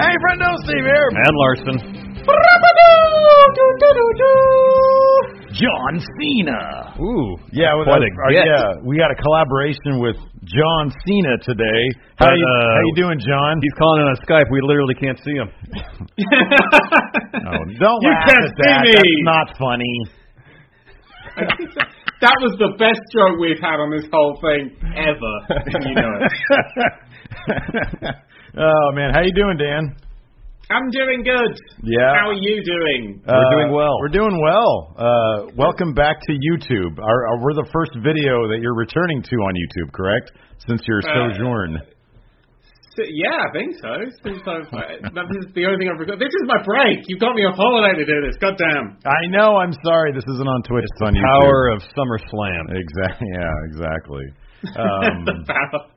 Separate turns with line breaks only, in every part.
Hey, friendo, Steve here.
And Larson.
John Cena.
Ooh.
Yeah, well,
quite
that-
a
uh,
get.
yeah, we got a collaboration with John Cena today.
How
But,
you-
uh,
how you
doing, John?
He's calling in on Skype. We literally can't see him.
No, Oh, don't
You
laugh
can't
at that.
see me.
That's not funny.
That was the best joke we've had on this whole thing ever. and you know it.
oh man, how you doing, Dan?
I'm doing good.
Yeah.
How are you doing?
Uh,
doing well.
We're doing well. Uh, welcome back to YouTube. Our, our, we're the first video that you're returning to on YouTube, correct? Since your
Uh,
sojourn.
So- yeah, I think so. Since I've, uh, that- this is the only thing I've recorded. This is my break. You've got me off holiday to do this. God damn.
I know. I'm sorry. This isn't on Twitch. It's on YouTube.
Power of SummerSlam.
Exactly. Yeah. Exactly. Um,
the power.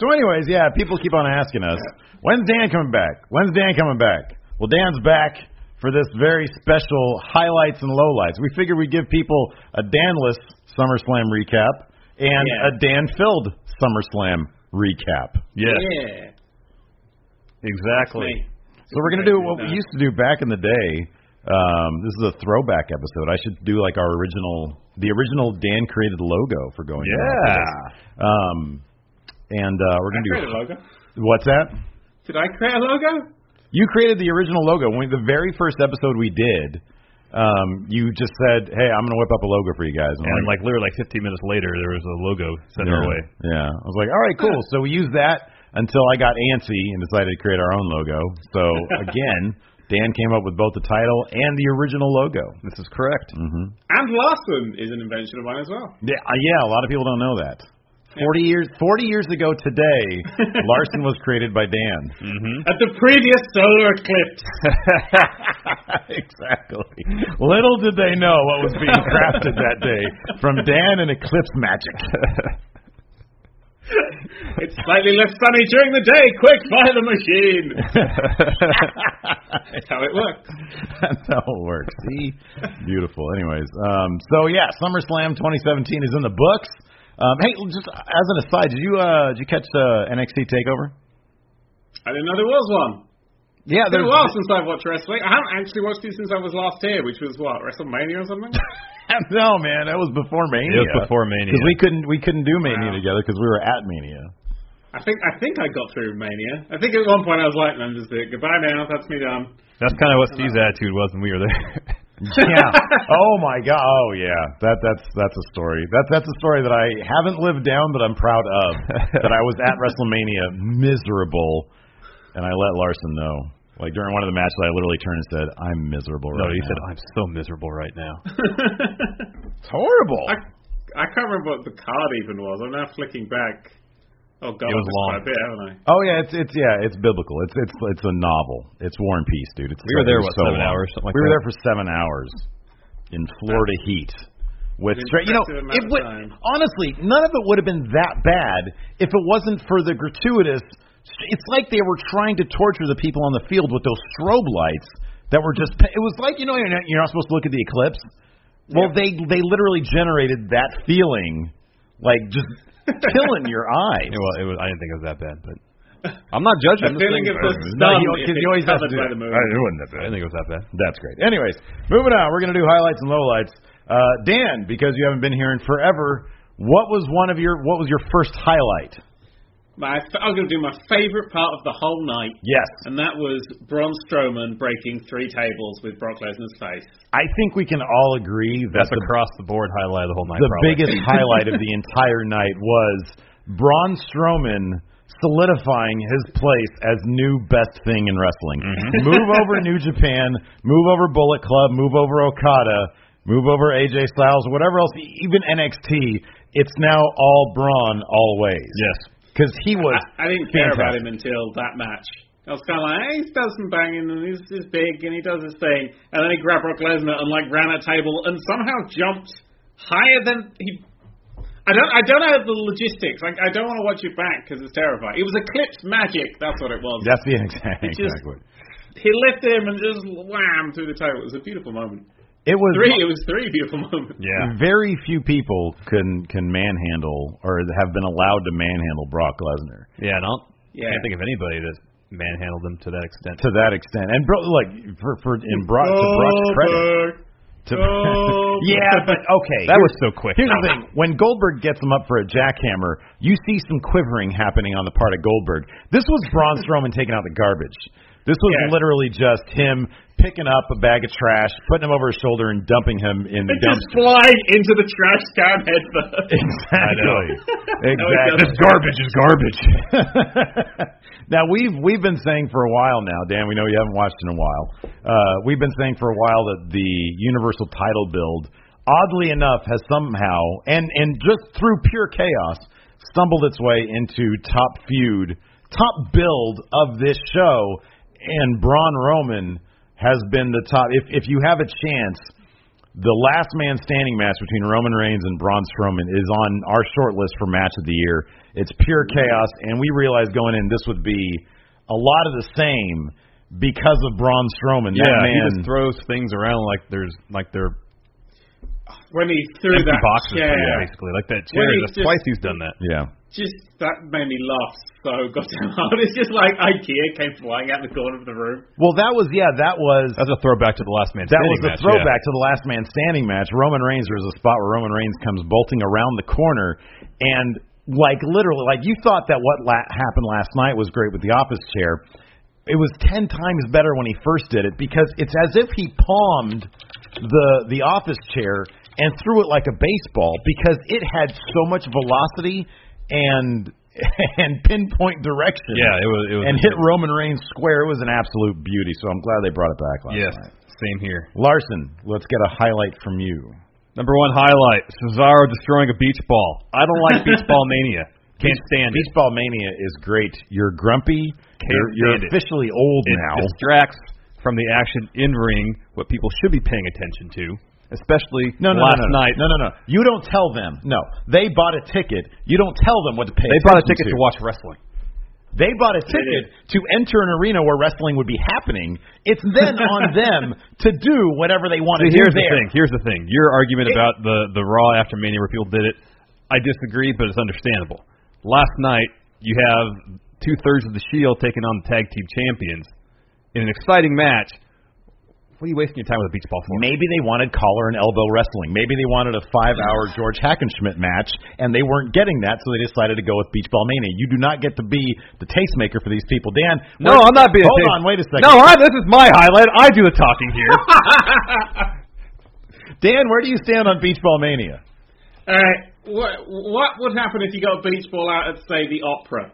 so, anyways, yeah, people keep on asking us, when's Dan coming back? When's Dan coming back? Well, Dan's back for this very special highlights and lowlights. We figured we'd give people a Danless SummerSlam recap and
Yeah.
a Dan filled SummerSlam recap.
Yes.
yeah.
Exactly.
Me.
So we're gonna do what we used to do back in the day. Um, this is a throwback episode. I should do like our original, the original Dan created logo for going. down with
Yeah.
this. Um, and uh, we're
Did I create
gonna
a
do
logo?
what's that?
Did I create a logo?
You created the original logo when the very first episode we did. Um, you just said, "Hey, I'm gonna whip up a logo for you guys." I'm
And like literally like 15 minutes later, there was a logo sent our
yeah.
way.
Yeah. I was like, all right, cool. So we used that until I got antsy and decided to create our own logo. So again, Dan came up with both the title and the original logo.
This is correct.
Mm-hmm.
And Larson is an invention of mine as well.
Yeah, uh, yeah, a lot of people don't know that. Forty years, forty years ago today, Larson was created by Dan.
At the previous solar eclipse.
exactly. Little did they know what was being crafted that day from Dan and Eclipse Magic.
It's slightly less sunny during the day. Quick, fire the machine. That's how it works.
That's how it works. See? Beautiful. Anyways, um, so yeah, SummerSlam 2017 is in the books. Um, hey, just as an aside, did you uh, did you catch uh, NXT Takeover?
I didn't know there was one.
Yeah,
It's been a while since I've watched wrestling. I haven't actually watched it since I was last here, which was what WrestleMania or something.
no man, that was before Mania.
It was before Mania.
because we couldn't we couldn't do Mania
Wow.
together because we were at Mania.
I think I think I got through Mania. I think at one point I was like, "No, just it. Goodbye now. That's me done."
That's kind of what Steve's attitude was when we were there.
yeah. Oh my god. Oh yeah. That that's that's a story. That that's a story that I haven't lived down, but I'm proud of. that I was at WrestleMania miserable, and I let Larson know. Like during one of the matches, I literally turned and said, "I'm miserable."
No,
right
he
now.
said, I'm so miserable right now.
"It's horrible."
I I can't remember what the card even was. I'm now flicking back. Oh god,
It was
that's
long.
quite a bit, haven't I?
oh yeah, it's it's yeah, it's biblical. It's it's it's a novel. It's War and Peace, dude. It's
We were there,
it was
what,
so
seven
long.
hours, something like
we were
that?
there for seven hours in Florida heat. With
An
straight, you know, it
impressive amount of
would
time.
honestly none of it would have been that bad if it wasn't for the gratuitous. It's like they were trying to torture the people on the field with those strobe lights that were just. It was like you know you're not, you're not supposed to look at the eclipse. Well, they they literally generated that feeling, like just killing your eyes.
It was, it was, I didn't think it was that bad, but I'm not judging.
The
I'm just
feeling
saying-
of the
No,
sun
he- 'cause
if
he
it's
always has to
covered
do it.
by the moon.
I it wasn't that
I didn't think it was that bad.
That's great. Anyways, moving on. We're going to do highlights and lowlights. Uh, Dan, because you haven't been here in forever, what was one of your what was your first highlight?
My, I was going to do my favorite part of the whole night.
Yes,
And that was Braun Strowman breaking three tables with Brock Lesnar's face.
I think we can all agree that
That's
the,
across the board highlight of the whole night.
the
probably.
biggest highlight of the entire night was Braun Strowman solidifying his place as new best thing in wrestling.
Mm-hmm.
move over New Japan, move over Bullet Club, move over Okada, move over AJ Styles, whatever else, even NXT. It's now all Braun always.
Yes.
Because he was.
I, I didn't care about
fantastic.
him until that match. I was kind of like, hey, he does some banging and he's, he's big and he does his thing. And then he grabbed Brock Lesnar and like ran a table and somehow jumped higher than he. I don't, I don't know the logistics. Like, I don't want to watch it back because it's terrifying. It was Eclipse Magic. That's what it was.
That's the exact.
It just-
Exactly.
He lifted him and just wham through the table. It was a beautiful moment.
It was
Three. It was three beautiful moments.
Yeah.
Very few people can can manhandle or have been allowed to manhandle Brock Lesnar
Yeah, and I'll,
Yeah.
I can't think of anybody that's manhandled them to that extent.
to that extent. And bro, like for for in Brock to Brock's credit.
Goldberg.
To,
Goldberg.
yeah, but okay.
That was so quick.
Here's the thing: when Goldberg gets him up for a jackhammer, you see some quivering happening on the part of Goldberg. This was Braun Strowman taking out the garbage. This was
Yeah.
literally just him picking up a bag of trash, putting him over his shoulder, and dumping him in the
And
dumpster.
just flying into the trash can headfirst.
Exactly.
No,
exactly.
it doesn't. This garbage
is garbage. now we've we've been saying for a while now, Dan. We know you haven't watched in a while. Uh, we've been saying for a while that the Universal title build, oddly enough, has somehow and and just through pure chaos stumbled its way into top feud, top build of this show, and Braun Roman has been the top. If if you have a chance the last man standing match between Roman Reigns and Braun Strowman is on our short list for match of the year. It's pure chaos, and we realized going in this would be a lot of the same because of Braun Strowman.
Yeah,
that
he
man,
just throws things around like there's like they're
when he threw
empty
that
boxes,
chair,
for you, basically. Like that chair.
he
That's
just-
twice he's done that.
yeah,
just that made me laugh so goddamn hard. It's just like IKEA came flying out the corner of the room.
well, that was yeah, that was
That's a throwback to the last man.
That
standing
was the
match,
throwback to the last man standing match. Roman Reigns, there was a spot where Roman Reigns comes bolting around the corner and like literally like you thought that what la- happened last night was great with the office chair. It was 10 times better when he first did it because it's as if he palmed the the office chair and threw it like a baseball because it had so much velocity and and pinpoint direction.
Yeah, yeah it was. It was
And hit Roman Reigns square. It was an absolute beauty. So I'm glad they brought it back last
Yes,
night.
same here.
Larson, let's get a highlight from you.
Number one highlight: Cesaro destroying a beach ball. I don't like beach ball mania. Can't stand it.
Beachball Mania is great. You're grumpy. You're, you're
stand it.
officially old
It
now.
distracts from the action in ring, what people should be paying attention to, especially
no, no,
last
no, no, no.
night.
No, no, no. You don't tell them. No, they bought a ticket. You don't tell them what to pay.
They bought a
attention
ticket to watch wrestling.
They bought a ticket to enter an arena where wrestling would be happening. It's then on them to do whatever they want to
See,
do
here's the
there.
thing. Here's the thing. Your argument about the the Raw after Mania where people did it, I disagree, but it's understandable. Last night, you have two thirds of the Shield taking on the tag team champions in an exciting match. What are you wasting your time with a beach ball for?
Maybe they wanted collar and elbow wrestling. Maybe they wanted a five-hour George Hackenschmidt match, and they weren't getting that, so they decided to go with Beach Ball Mania. You do not get to be the tastemaker for these people, Dan.
No,
we're-
I'm not being.
Hold
a
on, wait a second.
No, I, this is my highlight. I do the talking here.
Dan, where do you stand on Beach Ball Mania?
Uh, what what would happen if you got a beach ball out at say the opera?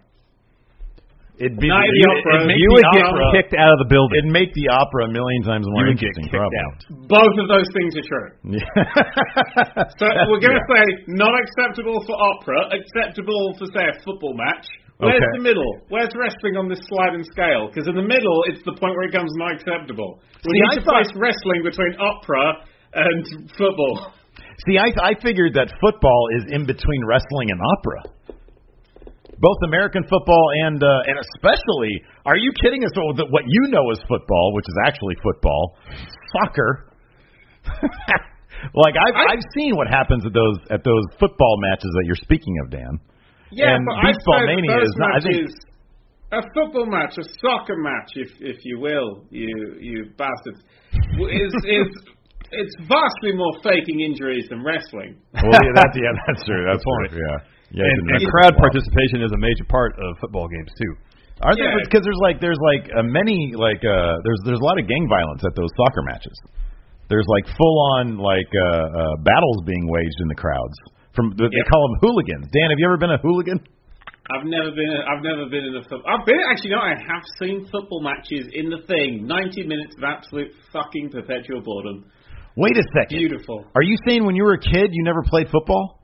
It'd be
Night of the
you,
Opera.
it'd make
you
the
would get
opera-
kicked out of the building.
It'd make the opera a million times more
You would get
interesting.
kicked
probably.
out.
Both of those things are true.
Yeah.
So we're going to
Yeah.
say not acceptable for opera, acceptable for say a football match. Where's
Okay.
the middle? Where's wrestling on this sliding scale? Because in the middle, it's the point where it becomes not acceptable.
See, I
We need to
thought-
place wrestling between opera and football.
See, I I figured that football is in between wrestling and opera. Both American football and uh, and especially, are you kidding us? What, what you know is football, which is actually football, soccer. like I've I've seen what happens at those at those football matches that you're speaking of, Dan.
Yeah,
And
but I'd
baseball
say the
mania
first
is not- I
match
think-
is a football match, a soccer match, if if you will, you you bastards. Is is it's vastly more faking injuries than wrestling.
Well, yeah, that's yeah, that's true. That's
point.
true, Yeah, yeah.
and,
didn't
and
mention
crowd
football.
participation is a major part of football games too.
Are there?
Yeah.
Because there's like there's like uh, many like uh there's there's a lot of gang violence at those soccer matches. There's like full on like uh, uh battles being waged in the crowds. From they
Yep.
call them hooligans. Dan, have you ever been a hooligan?
I've never been. I've never been in a football. I've been actually. No, I have seen football matches in the thing. Ninety minutes of absolute fucking perpetual boredom.
Wait a second.
Beautiful.
Are you saying when you were a kid you never played football?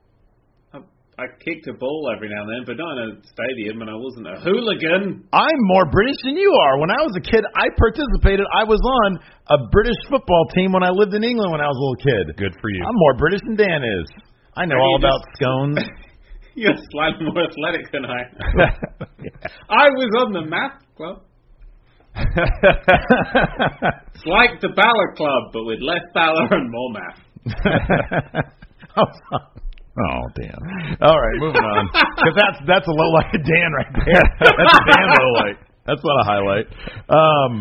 I, I kicked a ball every now and then, but not in a stadium, and I wasn't a hooligan.
I'm more British than you are. When I was a kid, I participated. I was on a British football team when I lived in England when I was a little kid.
Good for you.
I'm more British than Dan is. I know
Are
all
you
about scones.
You're slightly more athletic than I. I was on the math club. It's like the Balor Club, but with less Balor and more math.
oh damn! All right, moving on. Because that's that's a low light of Dan right there. That's a Dan low light. That's not a highlight. Um,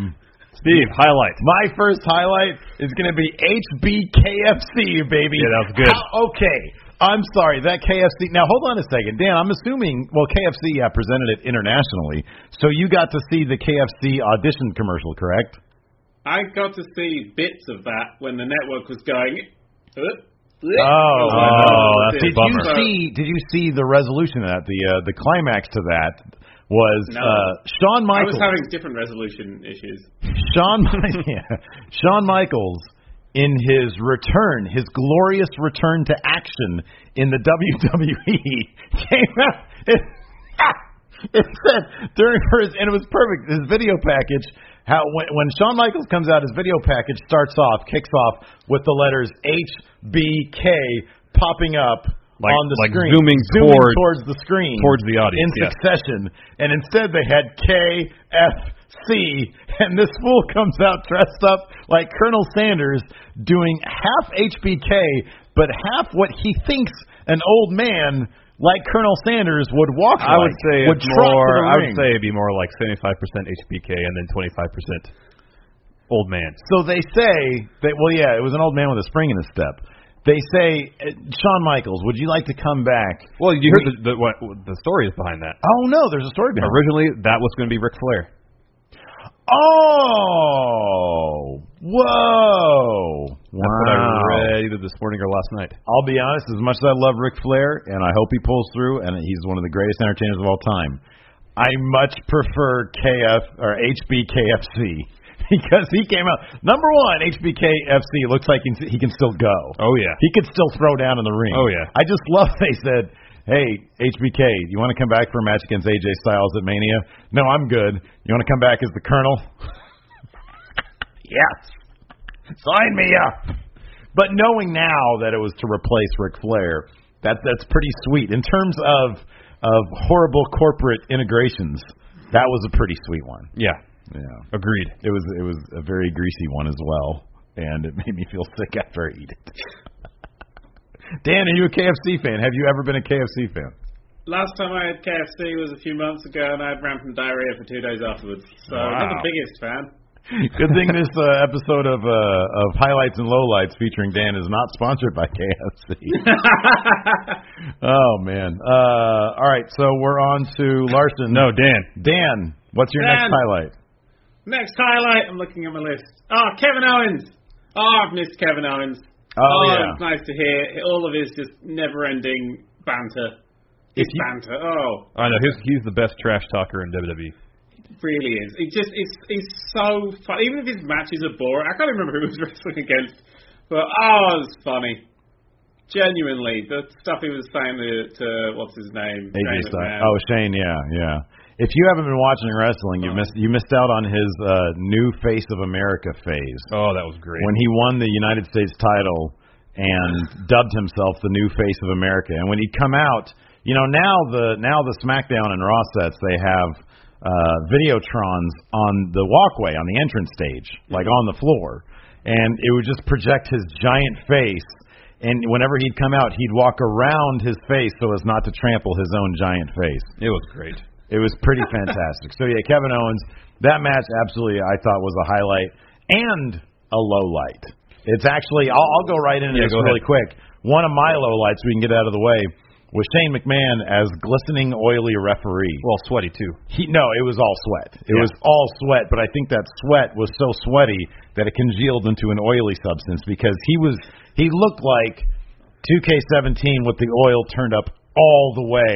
Steve, highlight.
my first highlight is going to be HBKFC, baby.
Yeah, that was good.
How- okay. I'm sorry, that KFC. Now, hold on a second. Dan, I'm assuming, well, KFC uh, presented it internationally, so you got to see the KFC audition commercial, correct?
I got to see bits of that when the network was going. Oh,
Oh,
that's a
did you
bummer.
see? Did you see the resolution of that the uh, the climax to that was
No.
uh, Shawn
I was
Michaels?
having different resolution issues.
Shawn, Mi- yeah, Shawn Michaels in his return, his glorious return to action in the WWE came out. It, it said during his and it was perfect. His video package. How when, when Shawn Michaels comes out, his video package starts off, kicks off with the letters HBK popping up
Like-
on the
like
screen,
zooming
zooming
toward-
towards the screen,
towards the audience,
in
yes.
succession, and instead they had KFC, and this fool comes out dressed up like Colonel Sanders, doing half HBK, but half what he thinks an old man like Colonel Sanders would walk.
I would
like,
say
would
it's
trot to
more.
the
I
ring.
would say it'd be more like seventy-five percent HBK and then twenty-five percent old man.
So they say that. Well, yeah, it was an old man with a spring in his step. They say, uh, Shawn Michaels, would you like to come back?
Well, you heard the, the what the story is behind that.
Oh no, there's a story behind. it.
Originally, that was going to be Ric Flair.
Oh, whoa!
That's what I read either this morning or last night.
I'll be honest, as much as I love Ric Flair, and I hope he pulls through, and he's one of the greatest entertainers of all time, I much prefer KF or HBKFC because he came out number one. HBKFC looks like he can- he can still go.
Oh yeah.
He could still throw down in the ring.
Oh, yeah.
I just love they said, "Hey, HBK, you want to come back for a match against AJ Styles at Mania?" No, I'm good. You want to come back as the Colonel? yes. Sign me up. But knowing now that it was to replace Ric Flair, that that's pretty sweet in terms of of horrible corporate integrations. That was a pretty sweet one.
Yeah.
Yeah.
Agreed.
It was it was a very greasy one as well, and it made me feel sick after I eat it. Dan, are you a KFC fan? Have you ever been a KFC fan?
Last time I had KFC was a few months ago, and I had rampant diarrhea for two days afterwards. So I'm
Wow.
not the biggest fan.
Good thing this uh, episode of uh, of highlights and lowlights featuring Dan is not sponsored by KFC. oh man! Uh, all right, so we're on to Larson.
No, Dan.
Dan, what's your next
Dan.
highlight?
Next highlight, I'm looking at my list. Oh, Kevin Owens. Oh, I've missed Kevin Owens. Ah,
Oh, yeah.
it's nice to hear all of his just never-ending banter.
If
His
you-
banter. Oh,
I know he's he's the best trash talker in E. WWE.
really is. It just it's it's so fun. Even if his matches are boring, I can't remember who he was wrestling against, but oh, it's funny. Genuinely, the stuff he was saying to, to what's his name, Shane
AJ Styles.
McMahon.
Oh, Shane, yeah, yeah. If you haven't been watching wrestling, you missed you missed out on his uh, new Face of America phase
Oh, that was great.
when he won the United States title and dubbed himself the new face of America. And when he'd come out, you know, now the now the SmackDown and Raw sets they have uh videotrons on the walkway on the entrance stage,
Mm-hmm.
like on the floor. And it would just project his giant face and whenever he'd come out he'd walk around his face so as not to trample his own giant face.
it was great.
It was pretty fantastic. So yeah, Kevin Owens, that match absolutely I thought was a highlight and a low light. It's actually I'll, I'll go right into
Yeah,
this
go
really quick. One of my low lights we can get out of the way was Shane McMahon as glistening oily referee.
Well, sweaty too.
He no, it was all sweat. It was all sweat, but I think that sweat was so sweaty that it congealed into an oily substance because he was he looked like 2K17 with the oil turned up all the way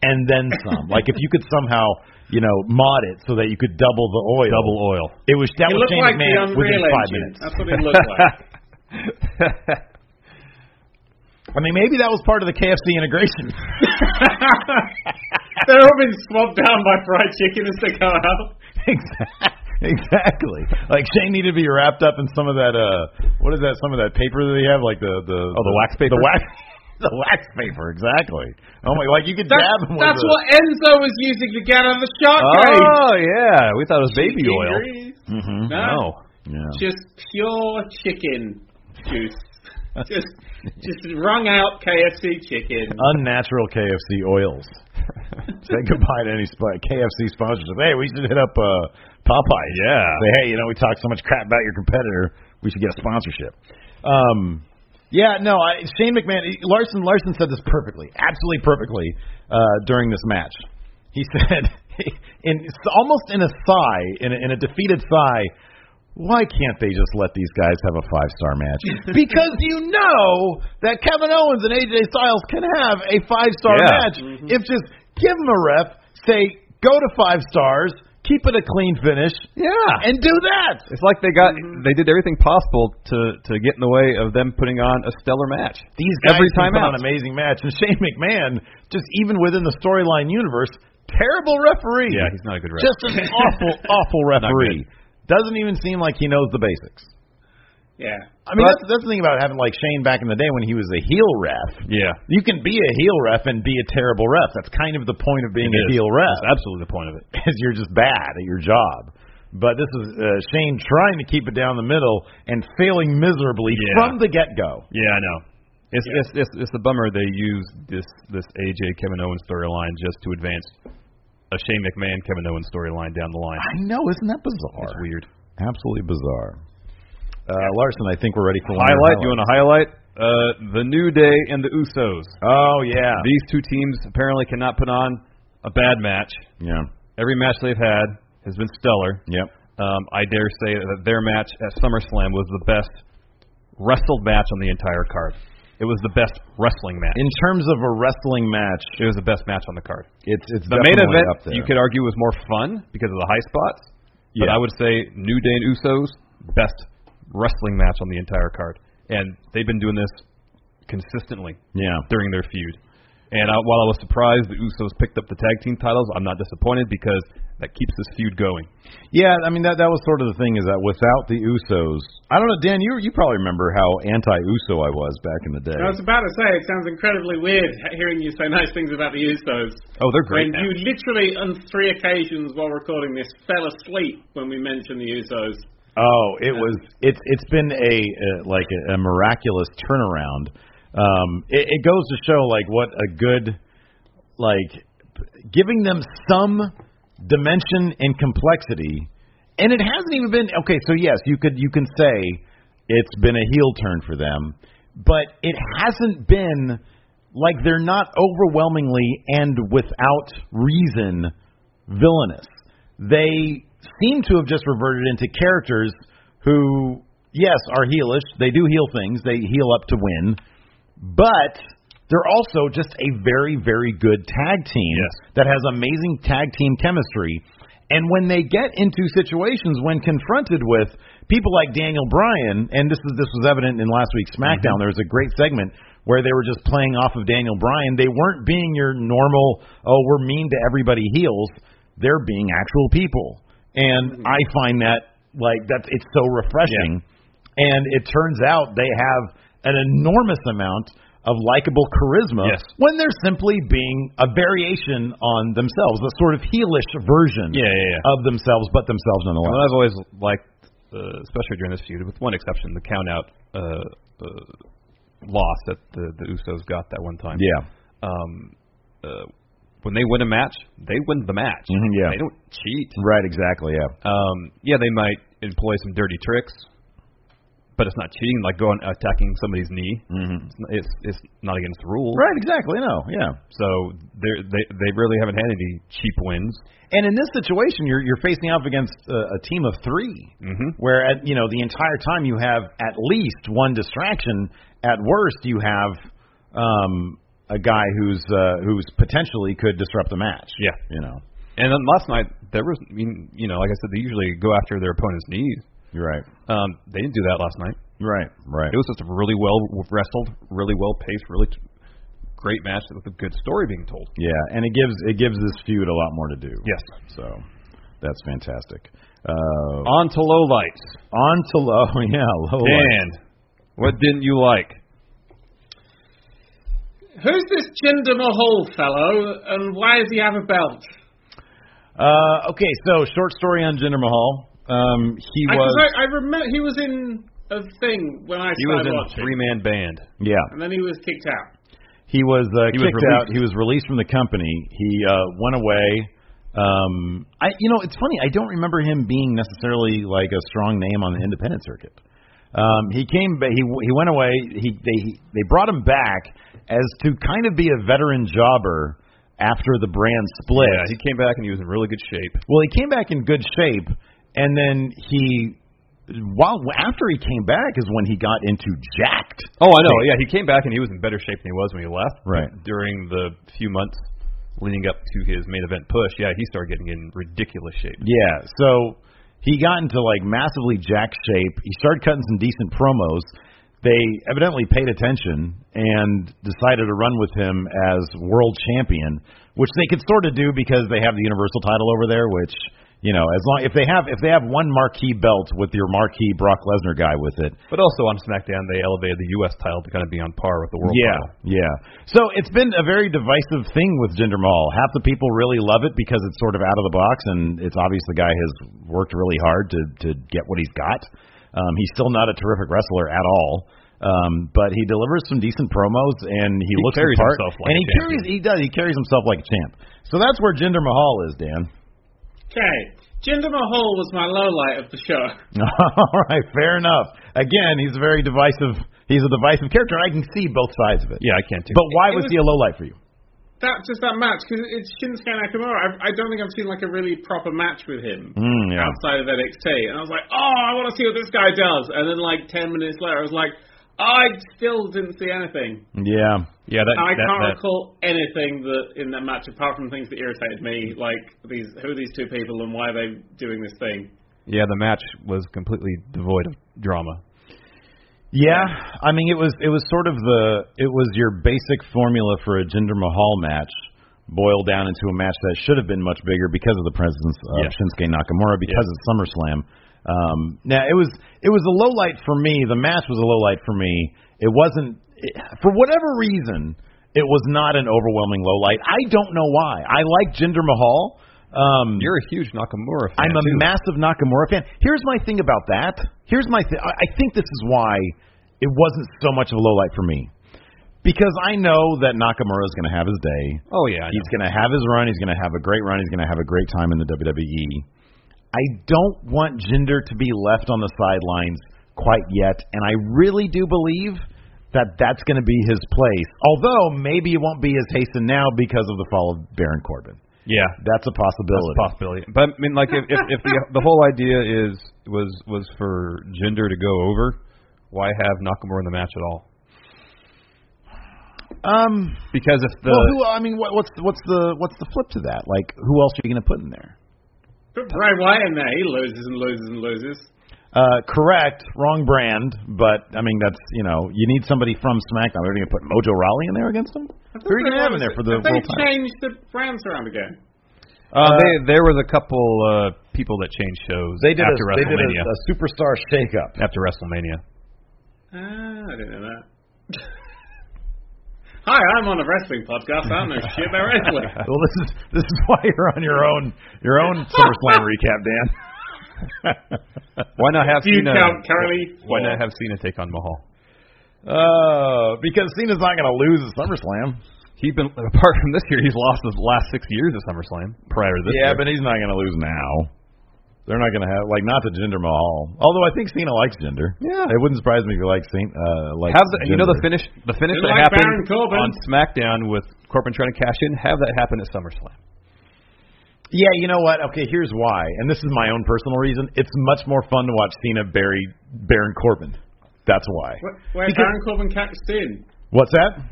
and then some. like if you could somehow you know mod it so that you could double the oil.
Double oil.
It was that
He
was
looked
Shane
like the
McMahon within
Unreal
five
Engine.
minutes.
That's what he looked like.
I mean, maybe that was part of the KFC integration.
They're all being swamped down by fried chicken as they go out.
Exact- exactly. Like Shane needed to be wrapped up in some of that. uh What is that? Some of that paper that they have, like the the oh
the wax paper?
the wax the wax paper. Exactly. Oh my! Like you could
That's,
dab him.
that's
with
what Enzo was using to get out of the shark cage.
Oh yeah, we thought it was baby
Chicken
oil.
grease.
hmm
No,
No.
Yeah.
just pure chicken juice. just, just wrung out KFC chicken.
Unnatural KFC oils. Say goodbye to any sp- KFC sponsorship. Hey, we should hit up uh, Popeye.
Yeah.
Say, hey, you know, we talk so much crap about your competitor. We should get a sponsorship. Um, yeah, no, I, Shane McMahon, Larson, Larson said this perfectly, absolutely perfectly uh, during this match. He said, in almost in a sigh, in a, in a defeated sigh, why can't they just let these guys have a five star match? because you know that Kevin Owens and AJ Styles can have a five star
Yeah. Mm-hmm.
match if just give them a rep, say go to five stars, keep it a clean finish,
Yeah.
and do that.
It's like they got they did everything possible to to get in the way of them putting on a stellar match.
These guys
every
can
time
put on
out.
an amazing match, and Shane McMahon, just even within the storyline universe, terrible referee.
Yeah, he's not a good ref.
just an awful, awful referee. Doesn't even seem like he knows the basics.
Yeah.
I mean,
But-
that's, that's the thing about having like Shane back in the day when he was a heel ref.
yeah.
You can be a heel ref and be a terrible ref. That's kind of the point of being
It
a
is.
heel ref.
That's absolutely the point of it.
because you're just bad at your job. But this is uh, Shane trying to keep it down the middle and failing miserably
Yeah.
from the get go.
Yeah, I know. It's, it's it's it's the bummer they use this this AJ Kevin Owens storyline just to advance a Shane McMahon Kevin Owens storyline down the line.
I know, isn't that bizarre?
It's weird.
Absolutely bizarre. Uh, Larson, I think we're ready for one more
Highlight? You want to highlight uh, the New Day and the Usos?
Oh yeah,
These two teams apparently cannot put on a bad match.
yeah,
Every match they've had has been stellar.
yep.
Um, I dare say that their match at SummerSlam was the best wrestled match on the entire card. It was the best wrestling match.
In terms of a wrestling match,
it was the best match on the card.
it's it's
The main
definitely
event,
up there.
you could argue, was more fun because of the high spots. But
Yeah.
I would say New Day and Usos, best wrestling match on the entire card. And they've been doing this consistently
yeah,
during their feud. And I, while I was surprised the Usos picked up the tag team titles, I'm not disappointed because that keeps this feud going.
yeah. I mean that that was sort of the thing is that without the Usos, I don't know, Dan. You you probably remember how anti-Uso I was back in the day.
I was about to say, it sounds incredibly weird hearing you say nice things about the Usos.
Oh, they're great.
When
now.
you literally, on three occasions while recording this, fell asleep when we mentioned the Usos.
Oh, it was it's it's been a uh, like a, a miraculous turnaround. Um, it, it goes to show like what a good like giving them some dimension and complexity, and it hasn't even been okay. So yes, you could you can say it's been a heel turn for them, but it hasn't been like they're not overwhelmingly and without reason villainous. They seem to have just reverted into characters who, yes, are heelish. They do heal things. They heal up to win, but they're also just a very, very good tag team
Yes.
that has amazing tag team chemistry. And when they get into situations when confronted with people like Daniel Bryan, and this is this was evident in last week's SmackDown, there was a great segment where they were just playing off of Daniel Bryan. They weren't being your normal, oh, we're mean to everybody heels. They're being actual people. And I find that like that's it's so refreshing. And it turns out they have an enormous amount of likable charisma
Yes.
when they're simply being a variation on themselves, a sort of heelish version
Yeah, yeah, yeah.
of themselves, but themselves
Well,
nonetheless.
I've always liked, uh, especially during this feud, with one exception, the count out uh, uh, loss that the, the Usos got that one time.
Yeah.
Um, uh, when they win a match, they win the match.
Mhm, yeah.
They don't cheat.
Right, exactly, yeah.
Um, yeah, they might employ some dirty tricks, but it's not cheating. Like going attacking somebody's knee.
Mhm.
It's, not- it's it's not against the rules.
Right, exactly, no, yeah.
So they they they really haven't had any cheap wins.
And in this situation, you're you're facing off against a, a team of 3
Mhm.
where at you know the entire time you have at least one distraction. At worst, you have um, a guy who's uh, who's potentially could disrupt the match.
Yeah.
you know,
And then last night there was, I mean, you know, like I said, they usually go after their opponent's knees.
you're right,
Um, they didn't do that last night.
right, right.
It was just a really well wrestled, really well paced, really t- great match with a good story being told.
yeah, and it gives it gives this feud a lot more to do.
Yes.
so that's fantastic. Uh,
On to low lights.
on to low, yeah, low. lights.
Dan, what didn't you like?
Who's this Jinder Mahal fellow, and why does he have a belt?
Uh, okay, so short story on Jinder Mahal. Um, he
I, 'cause
was
I, I remember he was in a thing when I
He was
started
in a
watching,
three man band.
yeah.
and then he was kicked out.
He was uh,
He was
kicked
released.
out. He was released from the company. He uh, went away. Um, I, you know, it's funny. I don't remember him being necessarily like a strong name on the independent circuit. Um, he came. ba- He he went away. He they they brought him back as to kind of be a veteran jobber after the brand split.
Yeah, he came back and he was in really good shape.
Well, he came back in good shape, and then he, while after he came back, is when he got into jacked.
Oh, I know. Yeah, he came back and he was in better shape than he was when he left.
Right.
During the few months leading up to his main event push, yeah, he started getting in ridiculous shape.
Yeah, so he got into like massively jack shape. He started cutting some decent promos. They evidently paid attention and decided to run with him as world champion, which they could sort of do because they have the universal title over there, which you know, as long if they have if they have one marquee belt with your marquee Brock Lesnar guy with it,
But also on SmackDown, they elevated the U.S. title to kind of be on par with the world
yeah,
title.
yeah. So it's been a very divisive thing with Jinder Mahal. Half the people really love it because it's sort of out of the box, and it's obvious the guy has worked really hard to to get what he's got. Um, he's still not a terrific wrestler at all, um, but he delivers some decent promos, and he,
He
looks
carries
the part,
himself like
and
a
he
champion.
carries he does he carries himself like a champ. So that's where Jinder Mahal is, Dan.
Okay, Jinder Mahal was my low light of the show.
all right, fair enough. Again, he's a very divisive. He's a divisive character. I can see both sides of it.
Yeah, I can't do
But why
It
was,
was-
he a low light for you?
That just that match because it's Shinsuke Nakamura. I, I don't think I've seen like a really proper match with him
Mm, yeah.
outside of NXT, and I was like, oh, I want to see what this guy does. And then like ten minutes later, I was like, I still didn't see anything.
Hmm, Yeah.
Yeah, that,
I
that,
can't
that-
recall anything that in that match apart from things that irritated me, like these who are these two people and why are they doing this thing.
yeah, the match was completely devoid of drama.
Yeah, I mean it was it was sort of the it was your basic formula for a Jinder Mahal match boiled down into a match that should have been much bigger because of the presence of
Yeah.
Shinsuke Nakamura because of SummerSlam. Um, now it was it was a low light for me. The match was a low light for me. It wasn't it, for whatever reason. It was not an overwhelming low light. I don't know why. I like Jinder Mahal. Um,
You're a huge Nakamura
I'm
fan.
a
too.
massive Nakamura fan. Here's my thing about that. Here's my thing. I think this is why it wasn't so much of a low light for me. Because I know that Nakamura is going to have his day.
Oh yeah, I know.
He's going to have his run. He's going to have a great run. He's going to have a great time in the WWE. I don't want Jinder to be left on the sidelines quite yet, and I really do believe that that's going to be his place. Although maybe it won't be as hastened now because of the fall of Baron Corbin.
yeah.
That's a possibility.
That's a possibility. But I mean, like, if if, if the the whole idea is was was for gender to go over, why have Nakamura in the match at all?
um.
Because if the
well, who? I mean, what, what's what's the what's the flip to that? Like, who else are you going to put in there?
Put Bray Wyatt in there. He loses and loses and loses.
Uh, correct, wrong brand, but I mean that's you know you need somebody from SmackDown. Are they going to put Mojo Raleigh in there against him? Who are you going to have in there for the
Have they
world title?
changed the brands around again?
Uh, they, there was a couple uh, people that changed shows
They did
after
a, they did a,
WrestleMania.
a superstar shakeup.
after WrestleMania.
Ah, I didn't know that. Hi, I'm on a wrestling podcast. I don't know shit about wrestling.
Well, this is this is why you're on your own your own SummerSlam recap, Dan.
Why not have
Do you
Cena?
count currently?
Why not have Cena take on Mahal?
Uh, because Cena's not going to lose at SummerSlam.
He's been apart from this year, he's lost his last six years at SummerSlam. Prior to this,
yeah,
year.
but he's not going to lose now. They're not going to have like not to Jinder Mahal. Although I think Cena likes Jinder.
Yeah.
it wouldn't surprise me if he likes Cena. Uh, like
have the, you know the
Jinder.
finish the finish
They're like
that
Baron
happened
Corbin.
on SmackDown with Corbin trying to cash in. Have that happen at SummerSlam.
Yeah, you know what? Okay, here's why, and this is my own personal reason. It's much more fun to watch Cena bury Baron Corbin. That's why.
Where, where
Because-
Baron Corbin cashed in?
What's that?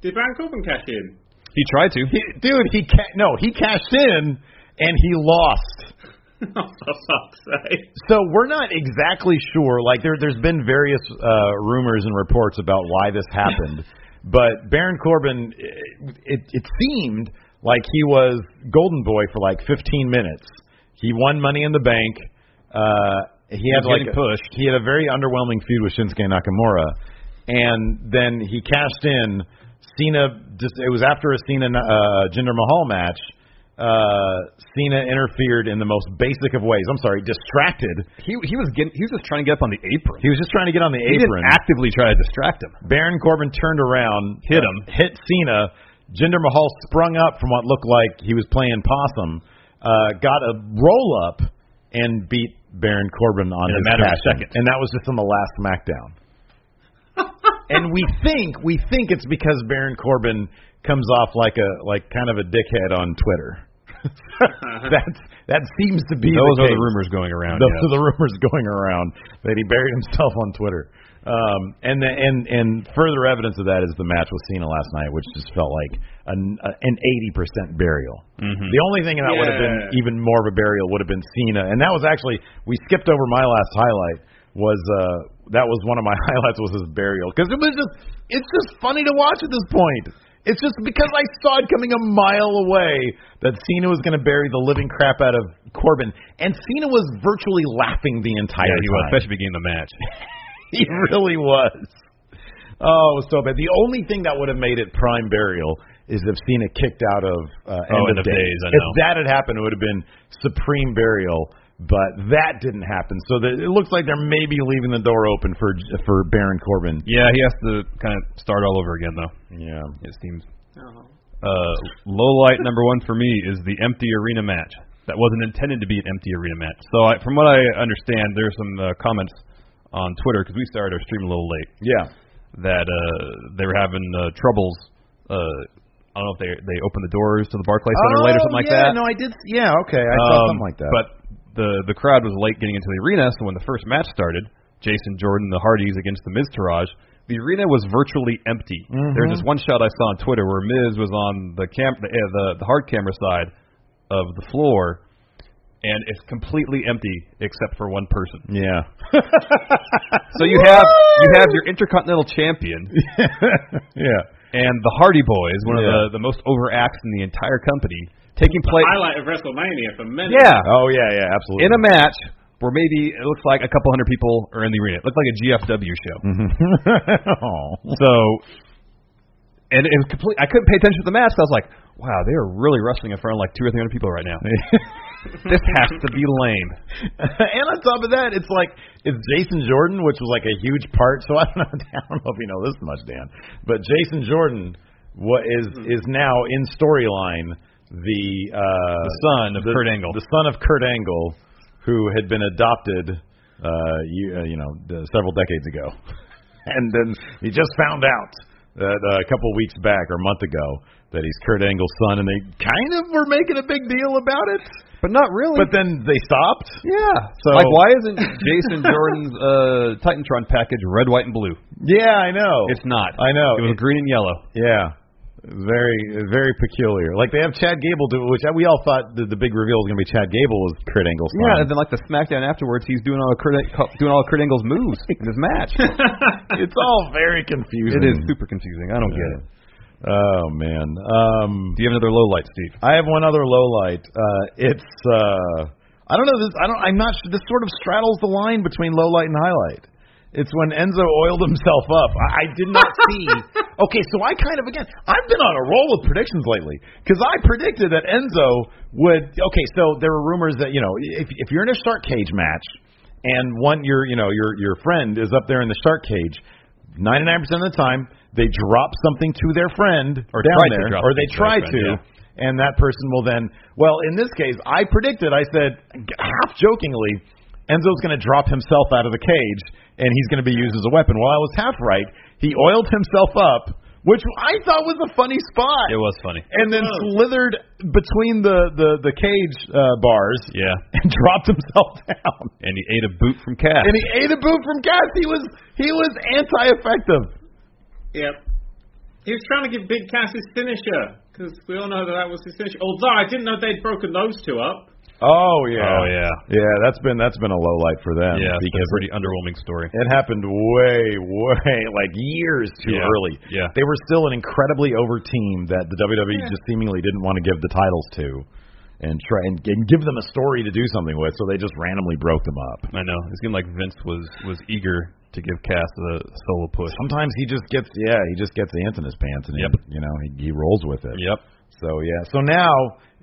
Did Baron Corbin cash in?
He tried to.
He, dude, he ca- no, he cashed in and he lost.
oh, for fuck's sake.
So we're not exactly sure. Like there, there's been various uh, rumors and reports about why this happened, but Baron Corbin, it, it, it seemed like he was Golden Boy for like 15 minutes. He won Money in the Bank. Uh, he had
was
like a-
getting pushed.
He had a very underwhelming feud with Shinsuke Nakamura, and then he cashed in. Cena just it was after a Cena uh, Jinder Mahal match. Uh, Cena interfered in the most basic of ways. I'm sorry, distracted.
He he was getting he was just trying to get up on the apron.
He was just trying to get on the
He
apron.
didn't actively try to distract him.
Baron Corbin turned around, uh,
Hit him.
hit Cena. Jinder Mahal sprung up from what looked like he was playing possum, uh, got a roll up, and beat Baron Corbin on
In a
his
matter of
cash-in.
seconds.
And that was just on the last SmackDown. and we think we think it's because Baron Corbin comes off like a like kind of a dickhead on Twitter. That's that seems to be
Those
the
are
case.
the rumors going around.
Those
yeah.
are the rumors going around that he buried himself on Twitter. Um, and the, and and further evidence of that is the match with Cena last night, which just felt like an a- an eighty percent burial. The only thing that would have been
Yeah.
even more of a burial would have been Cena, and that was actually we skipped over my last highlight was uh that was one of my highlights was his burial because it was just it's just funny to watch at this point. It's just because I saw it coming a mile away that Cena was going to bury the living crap out of Corbin, and Cena was virtually laughing the entire
Yeah, he was,
time.
especially beginning the match.
He really was. Oh, it was so bad. The only thing that would have made it prime burial is if Cena kicked out of uh, End, of,
End of Oh, Days,
if
I know.
that had happened, it would have been supreme burial. But that didn't happen, so that it looks like they're maybe leaving the door open for for Baron Corbin.
Yeah, he has to kind of start all over again though.
Yeah,
It seems.
Uh-huh.
Oh.
Uh, low light number one for me is the empty arena match. That wasn't intended to be an empty arena match. So I, from what I understand, there's some uh, comments on Twitter because we started our stream a little late
yeah.
that uh, they were having uh, troubles. Uh, I don't know if they they opened the doors to the Barclay Center late or something like that.
No, I did. Oh, Yeah, okay, I saw
Um,
something like that.
But the the crowd was late getting into the arena, so when the first match started, Jason Jordan, the Hardys against the Miz Taraj, the arena was virtually empty.
Mm-hmm.
There was this one shot I saw on Twitter where Miz was on the cam the, uh, the the hard camera side of the floor, and it's completely empty except for one person.
yeah,
So you have you have your Intercontinental Champion
yeah.
and the Hardy Boys, one
Yeah.
of the the most overacts in the entire company, taking place.
Highlight of WrestleMania for many.
Yeah,
Oh yeah, yeah, absolutely.
in a match where maybe it looks like a couple hundred people are in the arena. It looked like a GFW show.
Aw.
So, and it was complete. I couldn't pay attention to the match. So I was like, wow, they are really wrestling in front of like two or three hundred people right now. this has to be lame.
and on top of that, it's like it's Jason Jordan, which was like a huge part. So I don't know, I don't know if you know this much, Dan, but Jason Jordan what is
Hmm.
is now in storyline the uh, the
son of Kurt Angle.
the son of Kurt Angle, who had been adopted, uh, you, uh, you know, d- several decades ago, and then he just found out that uh, a couple weeks back or a month ago that he's Kurt Angle's son, and they kind of were making a big deal about it,
But not really.
but then they stopped.
yeah.
So-
like, why isn't Jason Jordan's uh, Titantron package red, white, and blue?
Yeah, I know.
It's not.
I know.
It was green and yellow.
yeah. Very, very peculiar. Like they have Chad Gable do it, which we all thought the, the big reveal was going to be Chad Gable was Kurt Angle's. son.
Yeah, and then like the SmackDown afterwards, he's doing all the Kurt, doing all the Kurt Angle's moves in his match.
it's all very confusing.
it is super confusing. I don't get it.
Oh man. Um,
Do you have another low light, Steve?
I have one other low light. Uh, it's uh, I don't know this. I don't. I'm not. sure. This sort of straddles the line between low light and highlight. It's when Enzo oiled himself up. I, I did not see. Okay, so I kind of again. I've been on a roll with predictions lately because I predicted that Enzo would. Okay, so there were rumors that you know if if you're in a shark cage match and one your you know your your friend is up there in the shark cage, 99% of the time they drop something to their friend
Or
down
try to
there,
drop
or they
something to
try
their
to,
friend,
and that person will then. Well, in this case, I predicted. I said half jokingly, Enzo's going to drop himself out of the cage, and he's going to be used as a weapon. Well, I was half right. He oiled himself up, which I thought was a funny spot,
It was funny.
and then slithered between the the the cage uh, bars
Yeah,
and dropped himself down.
and he ate a boot from Cass.
And he ate a boot from Cass. He was he was anti-effective.
Yep. He was trying to give Big Cass his finisher because we all know that that was his finisher. Although I didn't know they'd broken those two up.
Oh yeah.
Oh yeah,
Yeah, that's been that's been a low light for them
yeah. It's
because
a pretty underwhelming story.
it happened way way like years too
Yeah,
early.
yeah.
They were still an incredibly over team that the WWE
Yeah.
just seemingly didn't want to give the titles to and try and, and give them a story to do something with, so they just randomly broke them up.
I know. It seemed like Vince was was eager to give Cass the solo push.
Sometimes he just gets yeah, he just gets the ant in his pants and he,
Yep.
you know, he, he rolls with it.
Yep.
So yeah. So now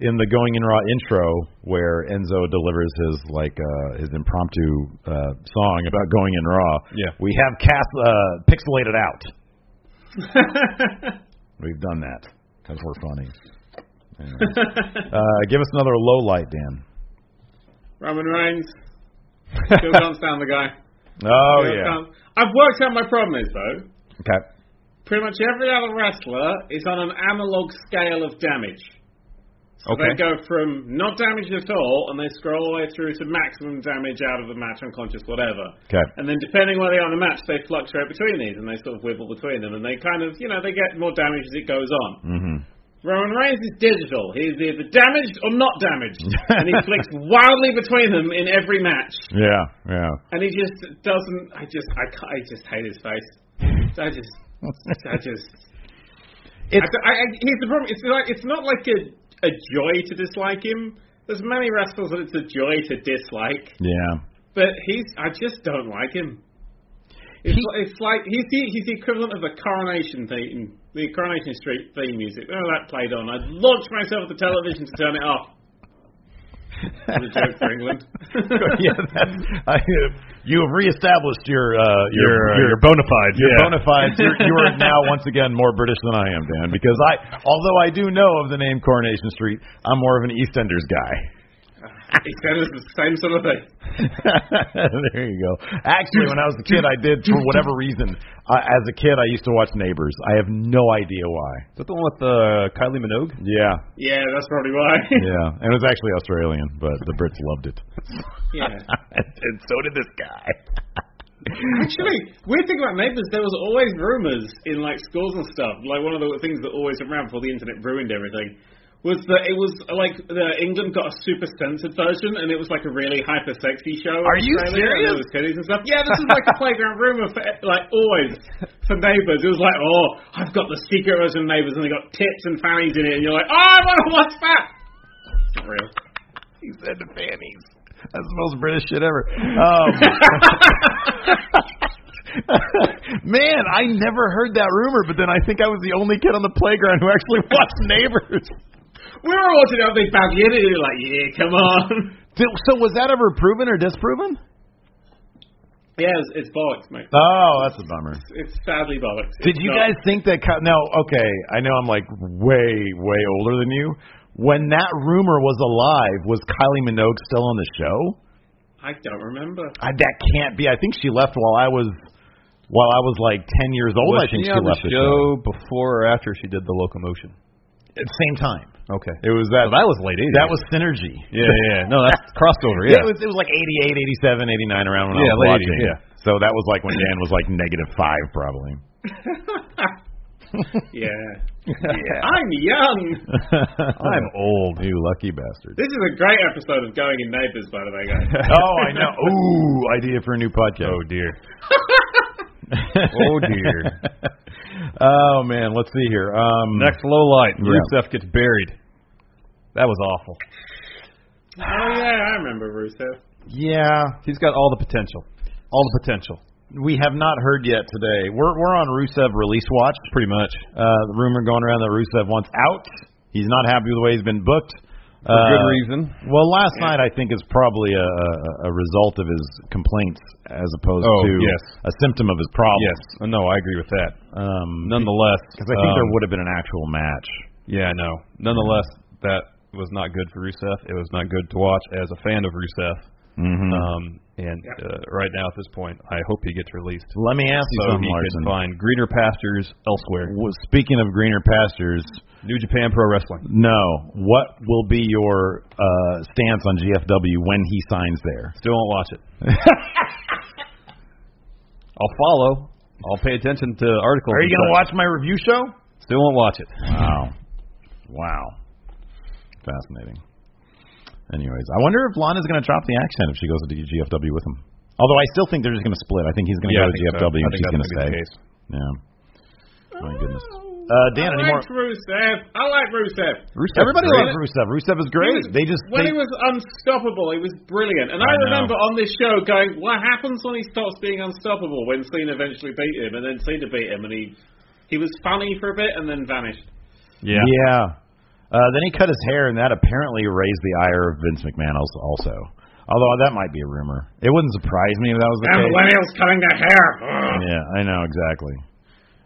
in the Going in Raw intro, where Enzo delivers his like uh, his impromptu uh, song about Going in Raw,
Yeah.
we have Cass uh, pixelated out. We've done that because we're funny. Anyway. uh, give us another low light, Dan.
Roman Reigns still can't stand the guy.
oh
Still
yeah.
can't- I've worked out my problem is though.
Okay.
Pretty much every other wrestler is on an analog scale of damage. So they
Okay.
go from not damaged at all, and they scroll all the way through to maximum damage out of the match, unconscious, whatever.
Okay.
And then depending where they are in the match, they fluctuate between these, and they sort of wibble between them, and they kind of, you know, they get more damage as it goes on.
Mhm.
Roman Reigns is digital. He is either damaged or not damaged, and he flicks wildly between them in every match.
Yeah. Yeah.
And he just doesn't. I just, I, ca- I just hate his face. I just, I just.
It's-
I, I, I- here's the problem. It's like it's not like a a joy to dislike him. There's many wrestlers that it's a joy to dislike,
Yeah.
but he's. I just don't like him. It's, li- it's like he's the, he's the equivalent of the coronation theme, the coronation street theme music. When that played on, I'd launch myself at the television to turn it off. It's a joke for England.
yeah, that's, I, you have reestablished your uh, your,
Your-
your
your bona fides,
Your
yeah.
bona fides. You're, you are now once again more British than I am, Dan. Because I, although I do know of the name Coronation Street, I'm more of an EastEnders guy.
It's kind of the same sort of thing.
there you go. Actually, when I was a kid, I did for whatever reason. Uh, as a kid, I used to watch Neighbors. I have no idea why.
Is that the one with uh, Kylie Minogue?
Yeah,
Yeah, that's probably why.
yeah, and it was actually Australian, but the Brits loved it.
yeah.
and so did this guy.
Actually, weird thing about neighbours, there was always rumours in like schools and stuff. Like one of the things that always went around before the internet ruined everything was that it was like the England got a super censored version, and it was like a really hyper sexy show. in
Are you
Australia,
serious?
And there was titties and stuff. Yeah, this was like a playground rumour for like always for neighbours. It was like, oh, I've got the secret version of neighbours, and they got tits and fannies in it, and you're like, oh, I want to watch that. It's not real.
He said the fannies. That's the most British shit ever. Um, man, I never heard that rumor, but then I think I was the only kid on the playground who actually watched Neighbors.
We were watching it, and they found you in it, and you're like, yeah, come on.
Did- So was that ever proven or disproven?
Yeah, it's, it's bollocks, mate.
Oh, that's a bummer.
It's sadly bollocks.
Did
It's
you
not-
guys think that? Ky- Now, okay, I know I'm like way, way older than you. When that rumor was alive, was Kylie Minogue still on the show?
I don't remember.
I, that can't be. I think she left while I was while I was like ten years old.
was
I think
she
she,
on
left
the
the
show before or after she did the locomotion?
at the same time.
Okay.
It was that.
Well, that was late 80s.
that was synergy.
Yeah, yeah, yeah. No, that's crossover.
it
Yeah.
was. It was like 88, 87, 89 around when
Yeah,
I was
late
watching.
80s, yeah.
So that was like when Dan was like negative five probably.
Yeah. I'm young.
I'm old.
You lucky bastard.
This is a great episode of Going in Neighbors, by the way, guys.
oh, I know. Ooh, idea for a new podcast.
Oh dear. oh dear.
oh man, let's see here. Um,
Next low light.
Yeah.
Rusev gets buried. That was awful.
oh yeah, I remember Rusev.
Yeah,
He's got all the potential. All the potential.
we have not heard yet today. We're we're on Rusev release watch.
Pretty much.
Uh, the rumor going around that Rusev wants out. He's not happy with the way he's been booked. Uh,
For good reason.
Well, last night I think is probably a, a- a result of his complaints as opposed
Oh,
to
yes.
a symptom of his problem.
Yes. Uh, No, I agree with that.
Um,
Nonetheless,
because I think there
um,
would have been an actual match.
Yeah, no. Nonetheless, that was not good for Rusev. It was not good to watch as a fan of Rusev.
Mm-hmm.
Um, and uh, right now at this point, I hope he gets released
Let me ask you
so
something,
he
Larson.
can find greener pastures elsewhere.
Well, Speaking of greener pastures,
New Japan Pro Wrestling.
no. What will be your uh, stance on GFW when he signs there?
Still won't watch it. I'll follow. I'll pay attention to articles.
Are you
going to
watch my review show?
Still won't watch it.
Wow. Wow. Fascinating. Anyways, I wonder if Lana's going to drop the accent if she goes to GFW with him. Although I still think they're just going to split. I think he's going to go to
Yeah, I think so.
GFW and
I think
she's
that's
going to
gonna
stay.
be the case.
Yeah. My goodness. Uh, Dan,
I
any more?
liked Rusev. I like Rusev.
Rusev's
Everybody
great.
loves Rusev. Rusev is
He
great.
was-
they just
when
they,
he was unstoppable, he was brilliant. And I,
I know.
remember on this show going, "What happens when he stops being unstoppable?" When Cena eventually beat him, and then Cena beat him, and he he was funny for a bit, and then vanished.
Yeah.
Yeah. Uh, then he cut his hair, and that apparently raised the ire of Vince McMahon als- also. Although that might be a rumor. It wouldn't surprise me if that was the
And
case.
millennials cutting their hair. Ugh.
Yeah, I know exactly.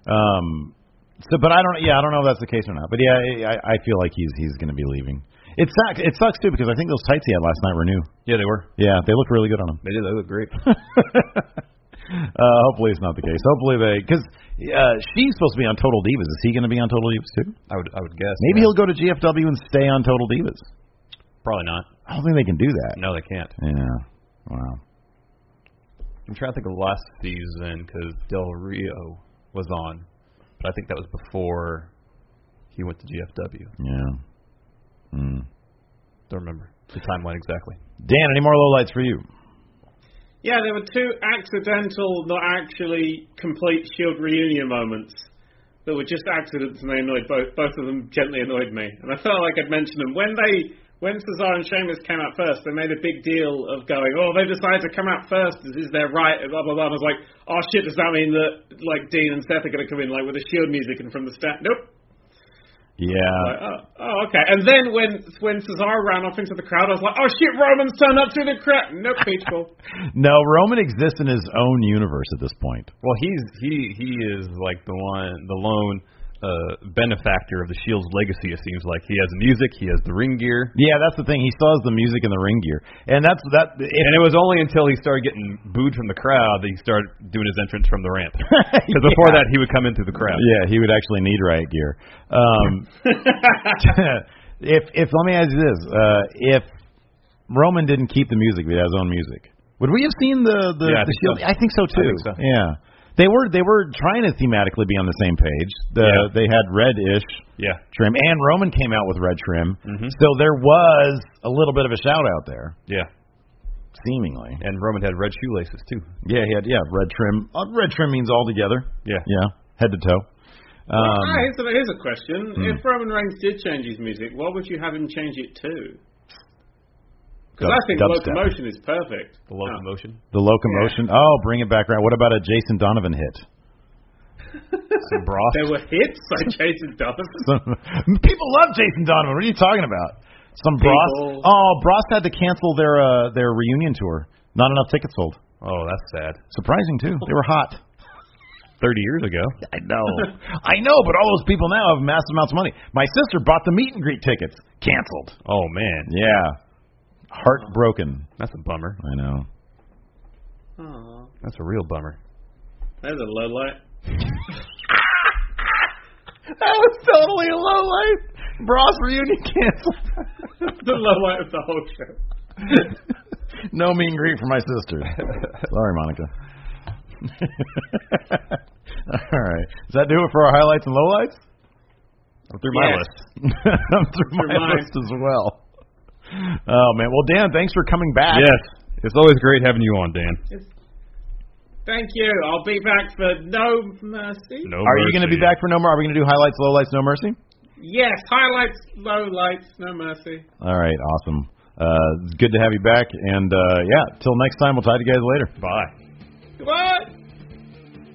Um, so, but I don't. Yeah, I don't know if that's the case or not. But yeah, I, I- I feel like he's he's going to be leaving. It sucks. It sucks too because I think those tights he had last night were new.
Yeah, they were.
Yeah, they look really good on him.
They did. They look great.
uh, hopefully it's not the case. Hopefully they because uh, she's supposed to be on Total Divas. Is he going to be on Total Divas too?
I would. I would guess.
Maybe
yeah.
he'll go to GFW and stay on Total Divas.
Probably not.
I don't think they can do that.
No, they can't.
Yeah. Wow.
I'm trying to think of last season because Del Rio was on, but I think that was before he went to GFW.
Yeah. Mm.
Don't remember the timeline exactly.
Dan, any more lowlights for you?
Yeah, there were two accidental, not actually complete Shield reunion moments that were just accidents, and they annoyed both. Both of them gently annoyed me, and I felt like I'd mentioned them when they. When Cesaro and Sheamus came out first, they made a big deal of going, "Oh, they decided to come out first. This is their right." And blah blah blah. And I was like, "Oh shit, does that mean that like Dean and Seth are going to come in like with the Shield music and from the stand?" Nope.
Yeah.
Like, oh, oh, okay. And then when when Cesaro ran off into the crowd, I was like, "Oh shit, Roman's turned up through the crowd." Nope, peachball.
No, Roman exists in his own universe at this point.
Well, he's he he is like the one the lone uh, benefactor of the Shield's legacy. It seems like he has music, he has the ring gear,
Yeah, that's the thing. He still has the music and the ring gear, and that's that.
and it was only until he started getting booed from the crowd that he started doing his entrance from the ramp. Because before that, he would come in through the crowd.
yeah, he would actually need riot gear. Um, if if let me ask you this, uh, if Roman didn't keep the music, but had his own music, would we have seen the the,
Yeah,
the
I think
shield?
so.
I think so too.
think so.
Yeah, they were they were trying to thematically be on the same page. The,
Yeah.
They had red ish
Yeah.
trim, and Roman came out with red trim, so there was a little bit of a shout out there,
Yeah.
seemingly.
And Roman had red shoelaces too.
Yeah, he had yeah red trim. Uh, red trim means all together.
Yeah.
Yeah, head to toe. Um,
Ah, here's, a, here's a question. If Roman Reigns did change his music, what would you have him change it to? Because I
Dub-
think
dubstep.
Locomotion is perfect.
The locomotion.
the locomotion. Oh, bring it back around. What about a Jason Donovan hit?
Some broth.
Ah. There were hits by Jason Donovan.
People love Jason Donovan. What are you talking about? Some Bros.
People.
Oh, Bros had to cancel their uh, their reunion tour. Not enough tickets sold.
Oh, that's sad.
Surprising too. They were hot.
30 years ago.
I know. I know, but all those people now have massive amounts of money. My sister bought the meet and greet tickets. Canceled.
Oh, man.
Yeah. Heartbroken.
That's a bummer.
I know.
Aw,
That's a real bummer.
there's a low light.
That was totally a low life. Bros reunion canceled.
the low light of the whole show.
no mean greet for my sister. Sorry, Monica. All right. Does that do it for our highlights and lowlights?
I'm through my
Yes.
list.
I'm through my
Through mine.
list as well. Oh man. Well, Dan, thanks for coming back.
Yes. It's always great having you on, Dan.
Thank you. I'll be back for no mercy.
No
Are you going to be
mercy.
back for No More? Are we going to do highlights, lowlights, No Mercy?
Yes, highlights, lowlights, no mercy.
All right. Awesome. Uh, it's good to have you back. And uh, yeah, till next time, we'll talk to you guys later.
Bye.
Goodbye.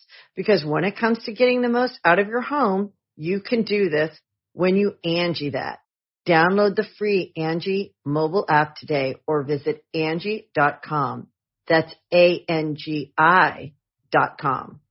Because when it comes to getting the most out of your home, you can do this when you Angie that. Download the free Angie mobile app today or visit Angie.com. That's A-N-G-I dot com.